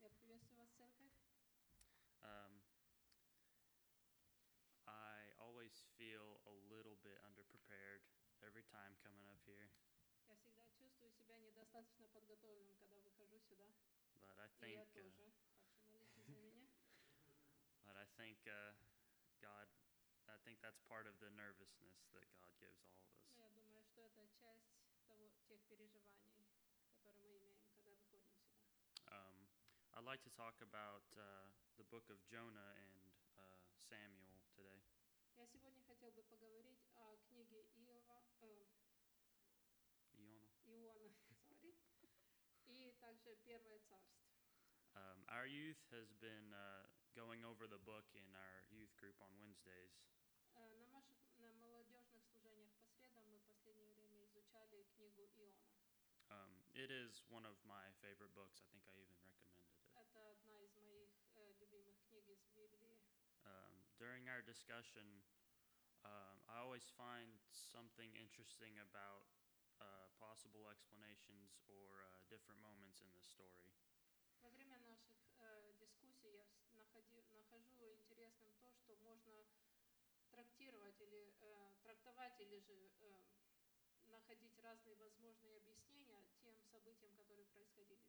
Весела церковь. Um, I always feel a little bit underprepared every time coming up here, Я всегда чувствую себя недостаточно подготовленным, когда выхожу сюда. but I И think, я uh, тоже. Так что молитесь за меня. but I think uh, God, I think that's part of the nervousness that God gives all of us. Но я думаю, что это часть того, тех переживаний, которые мы имеем, когда выходим сюда. Um, I'd like to talk about uh, the book of Jonah and uh, Samuel today. Я сегодня хотел бы поговорить о книге Иова, э, Jonah. Иона, sorry, и также Первое царство. Um, our youth has been uh, going over the book in our youth group on Wednesdays. Э, На, маш- на молодежных служениях по средам мы в последнее время изучали книгу Иона. Um, it is one of my favorite books. I think I even recommended it. Это одна из моих э, любимых книг из Библии. Um, during our discussion, um, I always find something interesting about uh, possible explanations or uh, different moments in the story. Во время наших э, дискуссий я вс- находи- нахожу интересным то, что можно трактировать или э, трактовать или же э, находить разные возможные объяснения тем событиям, которые происходили.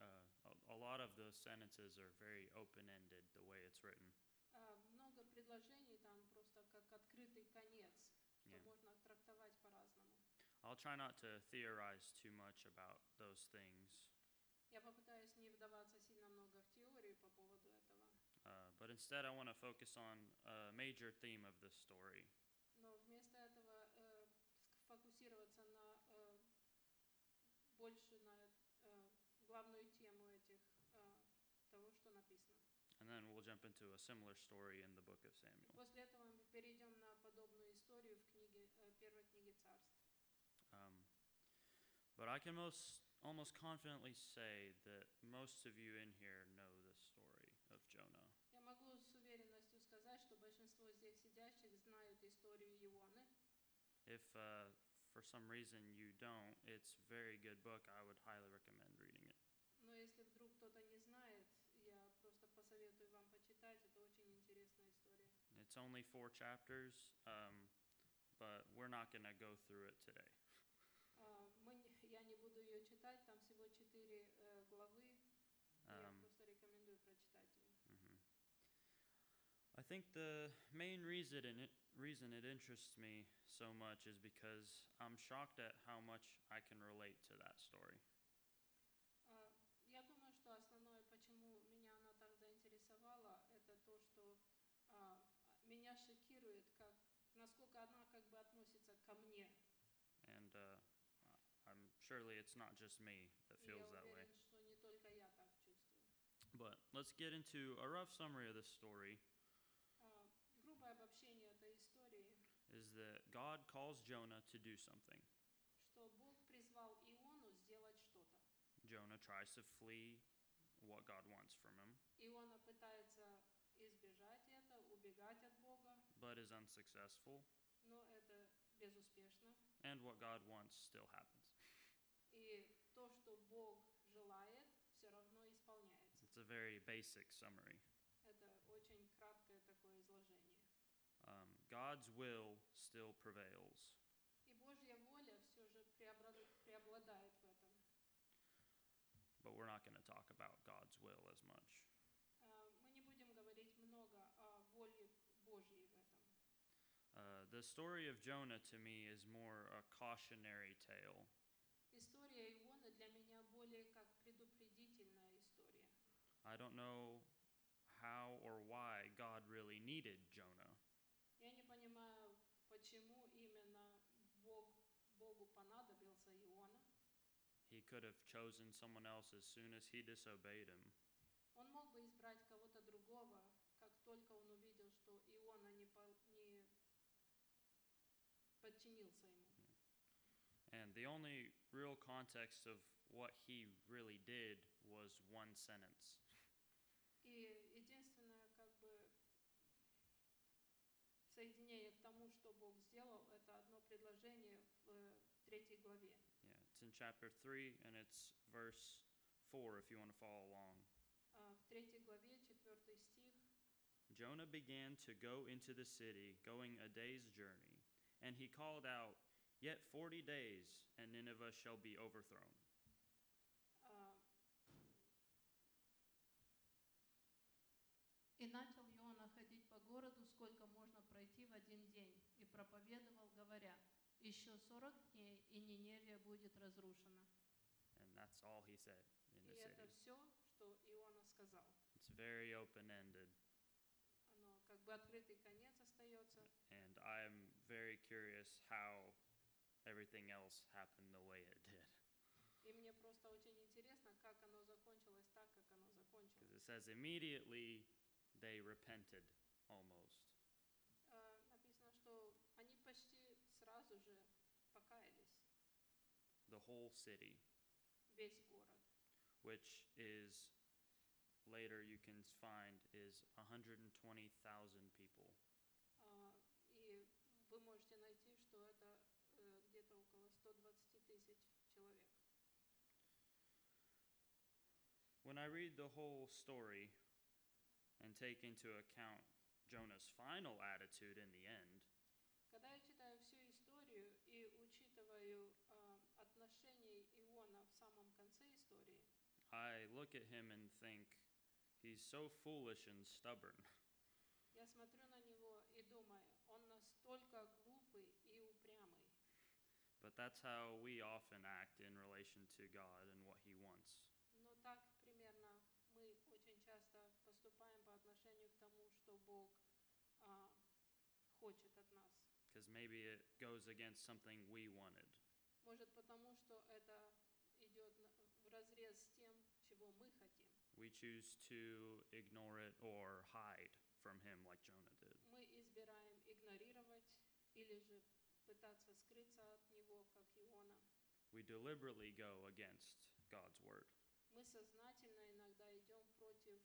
Uh, a, a lot of the sentences are very open ended the way it's written. Э, много предложений там просто как открытый конец, что Yeah. можно трактовать по-разному. I'll try not to theorize too much about those things, Я попытаюсь не вдаваться сильно много в теорию по поводу этого, uh, but instead, I want to focus on a major theme of this story. но вместо этого э, ск- фокусироваться на э, больше на э, главную тему этих э, того, что написано. And then we'll jump into a similar story in the book of И Samuel. после этого мы перейдем на подобную историю в книге э, первой книге Царств. Um, but I can most almost confidently say that most of you in here know the story of Jonah. Я могу с уверенностью сказать, что большинство здесь сидящих знают историю Ионы. If uh, for some reason you don't, it's a very good book. I would highly recommend reading it. Но если вдруг кто-то не знает, я просто посоветую вам почитать. Это очень интересная история. It's only four chapters, um, but we're not going to go through it today. А, Мы, не- я не буду ее читать, там всего четыре э, главы. и Я Um, просто рекомендую прочитать ее. hmm I think the main reason it, reason it interests me so much is because I'm shocked at how much I can relate to that story. А, Я думаю, что основное, почему меня она так заинтересовала, это то, что а, меня шокирует, как, насколько она как бы относится ко мне. And uh, I- I'm surely it's not just me that И я feels that way. уверен, что не только я так чувствую. But let's get into a rough summary of this story А, Грубое обобщение этой истории, is that God calls Jonah to do something. что Бог призвал Иону сделать что-то. Jonah tries to flee what God wants from him, Иона пытается избежать это, убегать от Бога, but is unsuccessful, Но это безуспешно. and what God wants still happens. И то, что Бог желает, все равно исполняется. It's a very basic summary. Это очень краткое такое изложение. Um, God's will still prevails. И Божья воля все же преобладает, преобладает в этом. But we're not going to talk about God's will as much. Э, Мы не будем говорить много о воле Божьей в этом. Uh, the story of Jonah to me is more a cautionary tale. История Ионы для меня более как предупредительная история. I don't know how or why God really needed Jonah, Я не понимаю, почему именно Бог, Богу понадобился Иона. He could have chosen someone else as soon as he disobeyed him. Он мог бы избрать кого-то другого, как только он увидел, что Иона не, по- не подчинился ему. And the only real context of what he really did was one sentence. И единственное, как бы, соединение к тому, что Бог сделал, это одно предложение в э, третьей главе. Yeah, it's in chapter 3 and it's verse 4 if you want to follow along. А, а, в третьей главе, четвертый стих. Jonah began to go into the city, going a day's journey, and he called out, Yet forty days, and Nineveh shall be overthrown. а, И начал Иона ходить по городу, сколько можно пройти в один день, и проповедовал, говоря, еще сорок дней, и Ниневия будет разрушена. And that's all he said in И the это city. все, что Иона сказал. It's very open ended, Оно как бы открытый конец остается. and I'm very curious how everything else happened the way it did. И мне просто очень интересно, как оно закончилось так, как оно закончилось. Because it says, Immediately they repented almost. Э, Написано, что они почти сразу же покаялись, The whole city, весь город. which is later you can find is 120,000 people. А, И вы можете найти, что это э, где-то около 120 тысяч человек. When I read the whole story and take into account Jonah's final attitude in the end, Когда я читаю всю историю и учитываю а, отношение Иона в самом конце истории, I look at him and think, he's so foolish and stubborn. я смотрю на него и думаю, он настолько глупый и упрямый. But that's how we often act in relation to God and what he wants. Но так примерно мы очень часто поступаем по отношению к тому, что Бог а, хочет от нас. Because maybe it goes against something we wanted. Может потому, что это идет в разрез с тем, чего мы хотим. We choose to ignore it or hide from him like Jonah did. Мы избираем игнорировать или же пытаться скрыться от него, как Иона. We deliberately go against God's word. Мы сознательно иногда идем против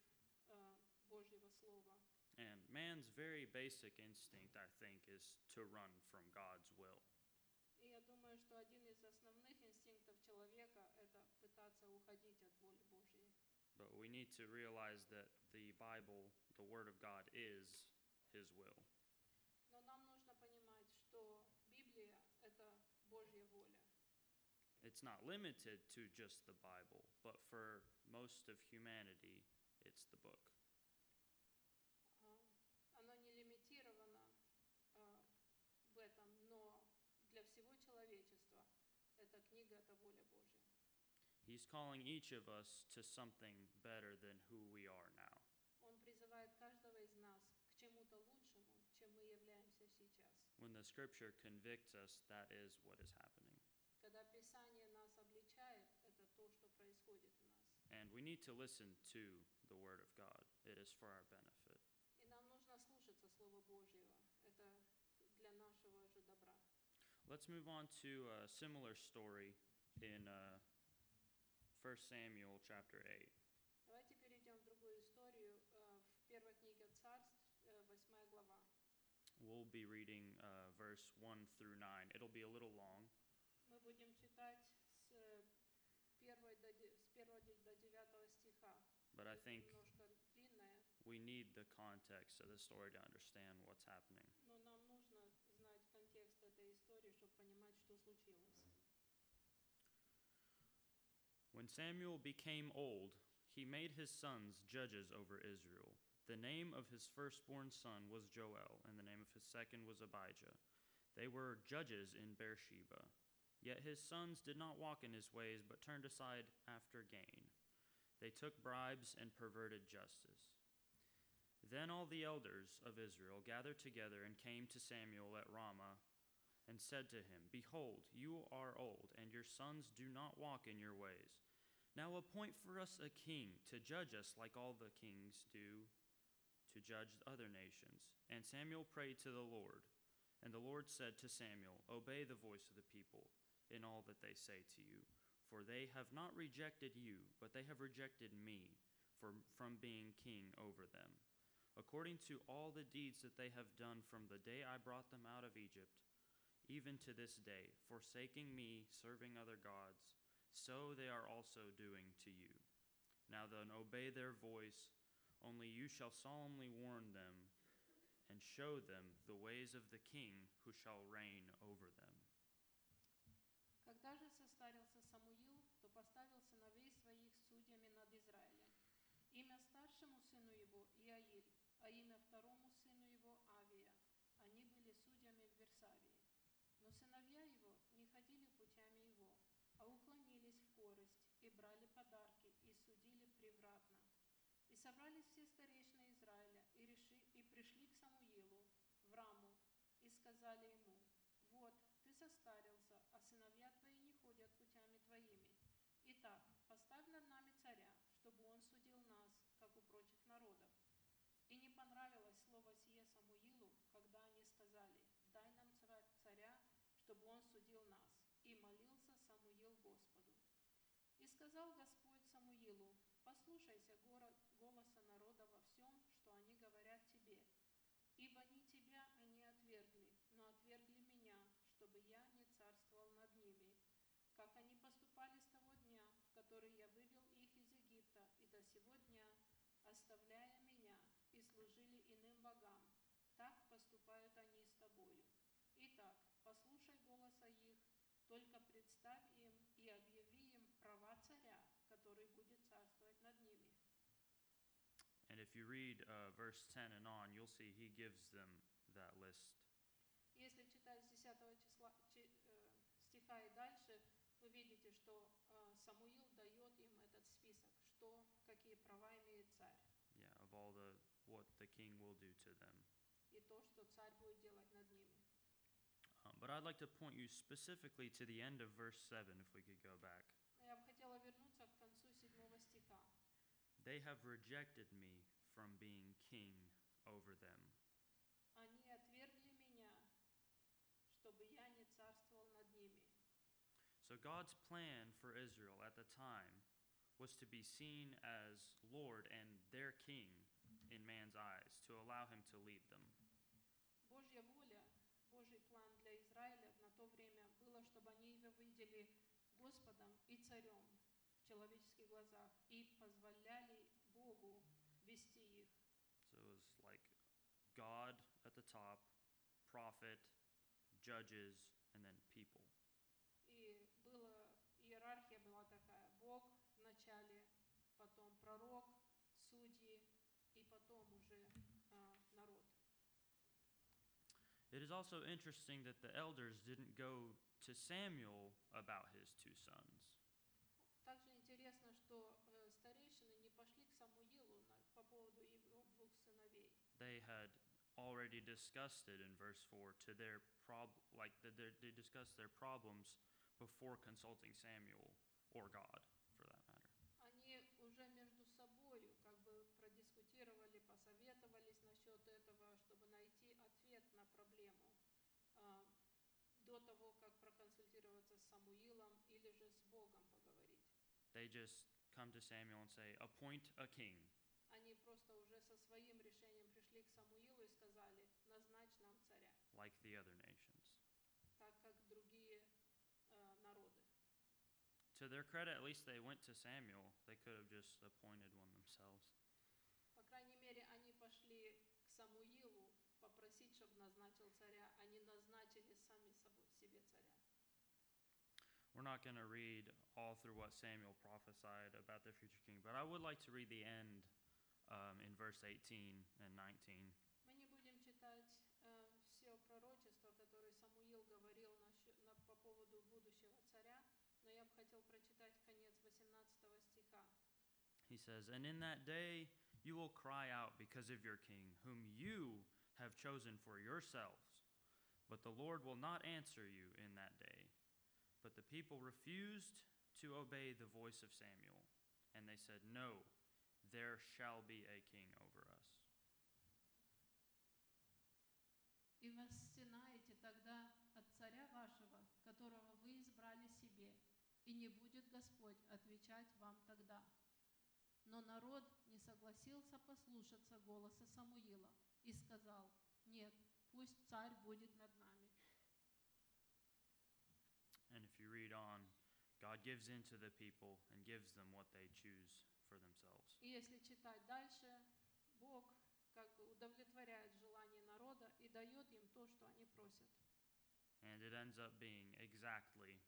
э, Божьего Слова. And man's very basic instinct, I think, is to run from God's will. И я думаю, что один из основных инстинктов человека – это пытаться уходить от воли Божьей. But we need to realize that the Bible, the Word of God, is His will. Но нам нужно понимать, что Библия – это Божья воля. It's not limited to just the Bible, but for most of humanity, it's the book. А, Оно не лимитировано а, в этом, но для всего человечества эта книга – это воля Божья. He's calling each of us to something better than who we are now. Он призывает каждого из нас к чему-то лучшему, чем мы являемся сейчас. When the scripture convicts us, that is what is happening. Когда Писание нас обличает, это то, что происходит у нас. And we need to listen to the Word of God, it is for our benefit. И нам нужно слушаться Слова Божьего. Это для нашего же добра. Let's move on to a similar story in uh, 1 Samuel chapter 8. Давайте перейдем в другую историю. э, В первой книге Царств, э, восьмая глава. We'll be reading uh, verse 1 through 9. It'll be a little long, Мы будем читать с э, первой до, де- с первого де- до девятого стиха. but I Это think немножко длинное, we need the context of the story to understand what's happening. но нам нужно знать контекст этой истории, чтобы понимать, что случилось. When Samuel became old, he made his sons judges over Israel. The name of his firstborn son was Joel, and the name of his second was Abijah. They were judges in Beersheba. Yet his sons did not walk in his ways, but turned aside after gain. They took bribes and perverted justice. Then all the elders of Israel gathered together and came to Samuel at Ramah and said to him, Behold, you are old, and your sons do not walk in your ways. Now appoint for us a king to judge us like all the kings do to judge other nations. And Samuel prayed to the Lord. And the Lord said to Samuel, Obey the voice of the people in all that they say to you, for they have not rejected you, but they have rejected me from, from being king over them. According to all the deeds that they have done from the day I brought them out of Egypt, even to this day, forsaking me, serving other gods, so they are also doing to you. Now now then obey their voice, only you shall solemnly warn them and show them the ways of the king who shall reign over them. Когда же состарился Самуил, то поставил сыновей своих судьями над Израилем. Имя старшему сыну его Иаиль, а имя второму сыну его Авия. Они были судьями в Версавии. Но сыновья его не ходили путями его, а уклонились в корость и брали подарки и судили превратно. И собрались все старейшины Израиля и, реши, и пришли к Самуилу, в Раму, и сказали ему, «Вот, ты состарился, а сыновья твои не ходят путями твоими. Итак, поставь над нами царя, чтобы он судил нас, как у прочих народов». И не понравилось слово сие Самуилу, когда они сказали, «Дай нам цва- царя, чтобы он судил нас». И молился Самуил Господу. И сказал Господь Самуилу, «Послушайся горо- голоса народа во всем, что они говорят тебе, Ибо не тебя они отвергли, но отвергли меня, чтобы я не царствовал над ними, как они поступали с того дня, в который я вывел их из Египта, и до сего дня, оставляя меня, и служили иным богам. Так поступают они с тобою. Итак, послушай голоса их, только представь им и объяви им права царя, который будет царствовать над ними. And if you read uh, verse 10 and on, you'll see he gives them that list. Если читать с 10 числа, чи- э, стиха и дальше, вы видите, что э, Самуил дает им этот список, что, какие права имеет царь, Yeah, of all the what the king will do to them. и то, что царь будет делать над ними. Um, but I'd like to point you specifically to the end of verse 7 if we could go back. Я бы хотела вернуться к концу седьмого стиха. They have rejected me from being king over them. «Они отвергли меня, чтобы я не царствовал над ними». So God's plan for Israel at the time was to be seen as Lord and their king in man's eyes, to allow him to lead them. Божья воля, Божий план для Израиля на то время было, чтобы они его видели Господом и царем в человеческих глазах и позволяли Богу вести их. So it was like God at the top, prophet, judges, and then people. И была иерархия была такая: Бог в начале, потом пророк, судьи и потом уже а, народ. It is also interesting that the elders didn't go to Samuel about his two sons. Также интересно, что э, старейшины не пошли к Самуилу на- по поводу его двух сыновей. They had already discussed it in verse 4 to their prob- like that their- they discussed their problems before consulting Samuel or God for that matter. они уже между собой как бы продискутировали, посоветовались насчет этого, чтобы найти ответ на проблему а, до того, как проконсультироваться с Самуилом или же с Богом поговорить. They just come to Samuel and say, "Appoint a king." Они просто уже со своим решением пришли к Самуилу и сказали, назначь нам царя, like the other nations. так как другие э, народы. To their credit, at least they went to Samuel. They could have just appointed one themselves. По крайней мере, они пошли к Самуилу попросить, чтобы назначил царя, они назначили сами собой себе царя. We're not going to read all through what Samuel prophesied about the future king, but I would like to read the end um, in verse 18 and 19. Мы не будем читать э, все пророчества, которые Самуил говорил насчё- на- по поводу будущего царя, но я бы хотел прочитать конец 18 стиха. He says, And in that day you will cry out because of your king, whom you have chosen for yourselves. But the Lord will not answer you in that day. But the people refused to obey the voice of Samuel, and they said, No, there shall be a king over us. «И восстинаете тогда от царя вашего, которого вы избрали себе, и не будет Господь отвечать вам тогда». Но народ не согласился послушаться голоса Самуила и сказал, «Нет, пусть царь будет над нами». And if you read on, God gives in to the people and gives them what they choose for themselves. если читать дальше, Бог как бы удовлетворяет желание народа и дает им то, что они просят. And it ends up being exactly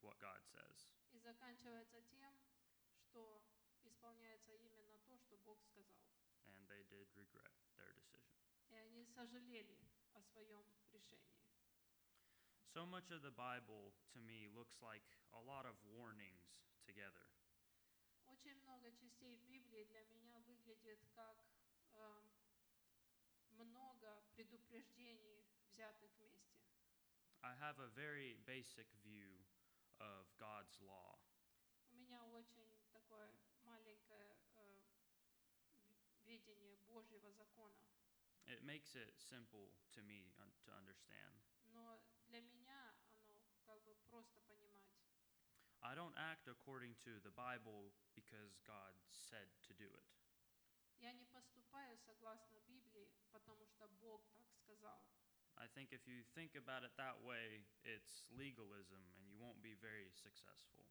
what God says. И заканчивается тем, что исполняется именно то, что Бог сказал. And they did regret their decision. И они сожалели о своем решении. So much of the Bible to me looks like a lot of warnings together. Очень много частей Библии для меня выглядит как э, много предупреждений, взятых вместе. I have a very basic view of God's law. У меня очень такое маленькое э, ви- видение Божьего закона. It makes it simple to me un- to understand. Но для меня оно как бы просто понимать. I don't act according to the Bible because God said to do it. Я не поступаю согласно Библии, потому что Бог так сказал. I think if you think about it that way, it's legalism and you won't be very successful.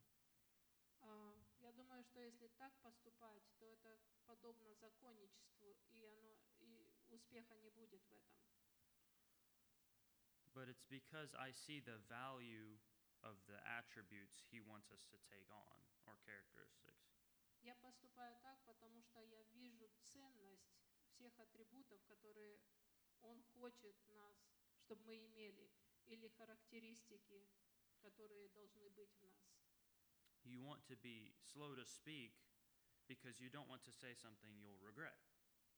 А, Я думаю, что если так поступать, то это подобно законничеству, и, оно, и успеха не будет в этом. But it's because I see the value of the attributes he wants us to take on or characteristics. Я поступаю так, потому что я вижу ценность всех атрибутов, которые Он хочет нас, чтобы мы имели, или характеристики, которые должны быть в нас. You want to be slow to speak because you don't want to say something you'll regret.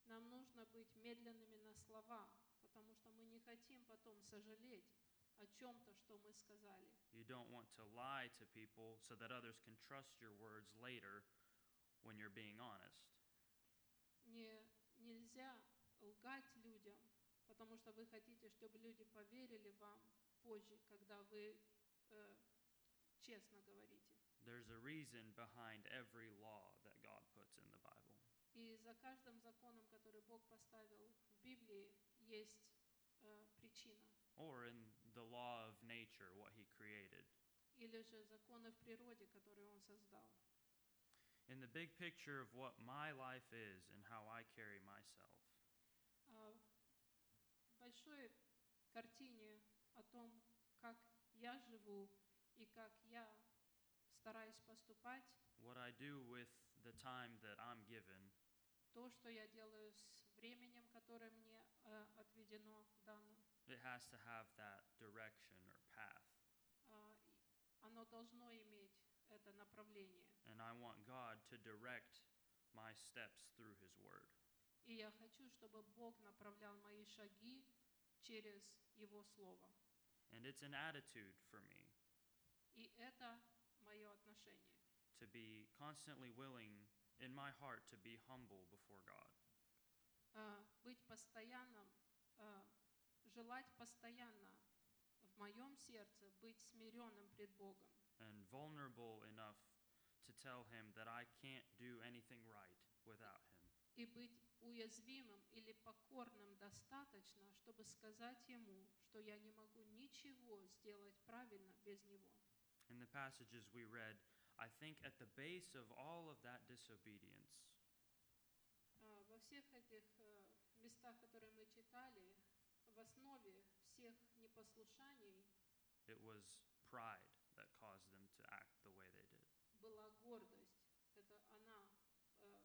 Нам нужно быть медленными на слова, потому что мы не хотим потом сожалеть о чем-то, что мы сказали. You don't want to lie to people so that others can trust your words later when you're being honest. Не, нельзя лгать людям, потому что вы хотите, чтобы люди поверили вам позже, когда вы э, честно говорите. There's a reason behind every law that God puts in the Bible. И за каждым законом, который Бог поставил в Библии, есть э, причина. or in the law of nature, what he created. Или же законы в природе, которые Он создал. In the big picture of what my life is and how I carry myself, А в большой картине о том, как я живу и как я стараюсь поступать, what I do with the time that I'm given, то, что я делаю с временем, которое мне э, отведено дано, it has to have that direction or path. а, и оно должно иметь это направление. And I want God to direct my steps through his word. И я хочу, чтобы Бог направлял мои шаги через Его Слово. And it's an attitude for me И это мое отношение. to be constantly willing in my heart to be humble before God. А, Быть постоянным, а, желать постоянно в моем сердце быть смиренным пред Богом and vulnerable enough to tell him that I can't do anything right without him. и быть уязвимым или покорным достаточно, чтобы сказать Ему, что я не могу ничего сделать правильно без Него. In the passages we read, I think at the base of all of that disobedience А, Во всех этих э, местах, которые мы читали, в основе всех непослушаний it was pride that caused them to act the way they did. была гордость. Это она э,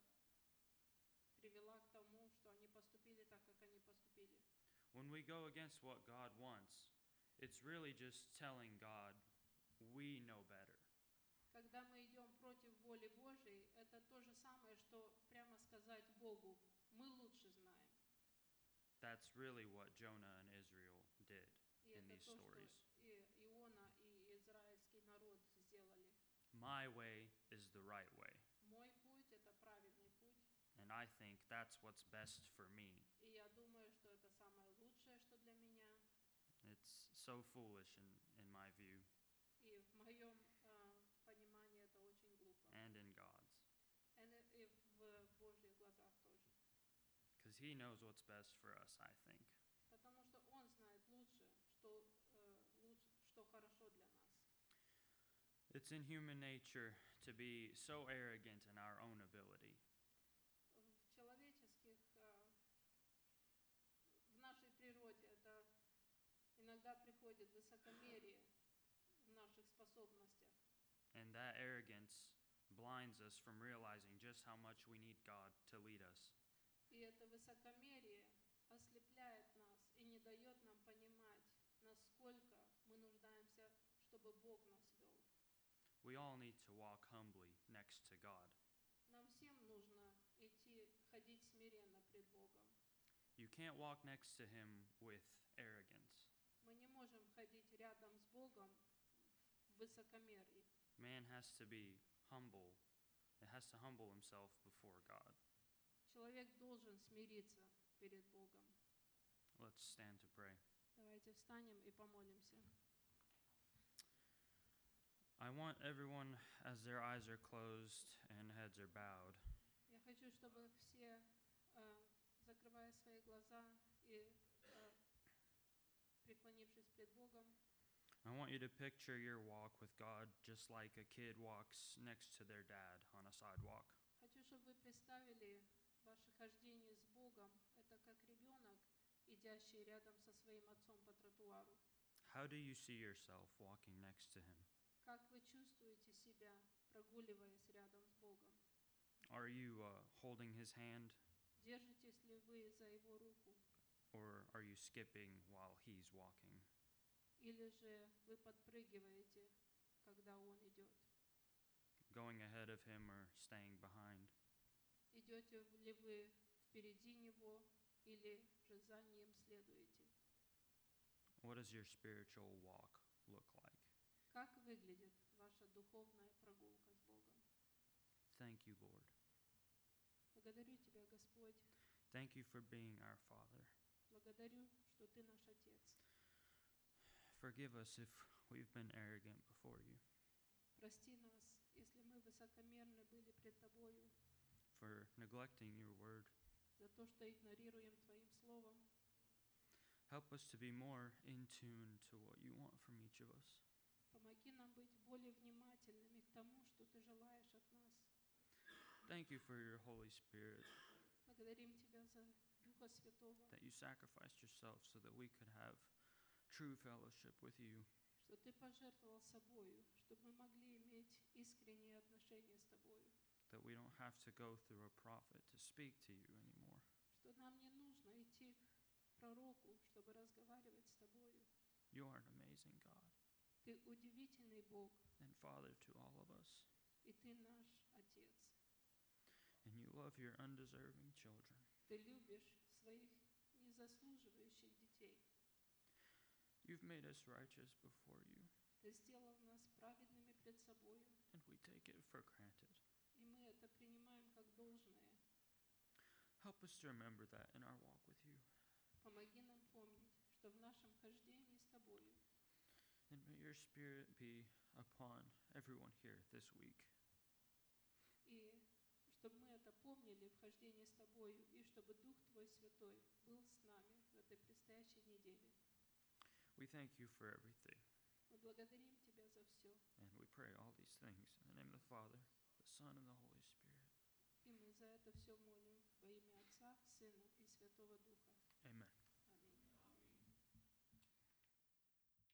привела к тому, что они поступили так, как они поступили. When we go against what God wants, it's really just telling God, we know better. Когда мы идем против воли Божьей, это то же самое, что прямо сказать Богу, мы лучше знаем. That's really what Jonah and Israel did. И In это these то, stories. что и Иона, и израильский народ сделали. My way is the right way, Мой путь – это правильный путь, and I think that's what's best for me. и я думаю, что это самое лучшее, что для меня. It's so foolish in, in my view И в моем э, понимании это очень глупо. and in God's, Эне- И в Божьих глазах тоже. because He knows what's best for us, I think. Потому что Он знает лучше, что, э, луч- что хорошо для нас. It's in human nature to be so arrogant in our own ability. а, иногда приходит высокомерие в наших способностях. and that arrogance blinds us from realizing just how much we need God to lead us. И это высокомерие ослепляет нас и не дает нам понимать, насколько мы нуждаемся, чтобы Бог нас вел. We all need to walk humbly next to God. Нам всем нужно идти, ходить смиренно пред Богом. You can't walk next to Him with arrogance. Мы не можем ходить рядом с Богом в высокомерии. Man has to be humble, it has to humble himself before God. Человек должен смириться перед Богом. Let's stand to pray. Давайте встанем и помолимся. I want everyone, as their eyes are closed and heads are bowed, Я хочу, чтобы все, э, закрывая свои глаза и э, преклонившись пред Богом, I want you to picture your walk with God just like a kid walks next to their dad on a sidewalk. Хочу, чтобы вы представили ваше хождение с Богом. Это как ребенок, идящий рядом со своим отцом по тротуару. How do you see yourself walking next to Him? Как вы чувствуете себя, прогуливаясь рядом с Богом? Are you uh, holding His hand Держитесь ли вы за Его руку? or are you skipping while He's walking? Или же вы подпрыгиваете, когда Он идет? Going ahead of Him or staying behind? Идете ли вы впереди Него или же за Ним следуете? What does your spiritual walk look like? Как выглядит ваша духовная прогулка с Богом? Thank you, Lord. Благодарю Тебя, Господь. Thank you for being our Father. Благодарю, что Ты наш Отец. Forgive us if we've been arrogant before you. Прости нас, если мы высокомерны были пред Тобою, for neglecting your word. за то, что игнорируем Твоим Словом. Help us to be more in tune to what you want from each of us. Помоги нам быть более внимательными к тому, что Ты желаешь от нас. Thank you for your Holy Spirit Благодарим Тебя за Духа Святого, that you sacrificed yourself so that we could have true fellowship with you. что Ты пожертвовал собою, чтобы мы могли иметь искренние отношения с Тобою, That we don't have to go through a prophet to speak to you anymore. что нам не нужно идти к пророку, чтобы разговаривать с Тобою. You are an amazing God Ты удивительный Бог, and Father to all of us, и Ты наш Отец. and you love your undeserving children. Ты любишь своих незаслуживающих детей. You've made us righteous before you, Ты сделал нас праведными пред собою, and we take it for granted. и мы это принимаем как должное. Help us to remember that in our walk with you, Помоги нам помнить, что в нашем хождении с Тобою and may your Spirit be upon everyone here this week. и чтобы мы это помнили в хождении с Тобою, и чтобы Дух Твой Святой был с нами в этой предстоящей неделе. We thank you for everything, Мы благодарим Тебя за все, and we pray all these things in the name of the Father, the Son, and the Holy Spirit. и мы за это все молим во имя Отца, Сына и Святого Духа. Amen.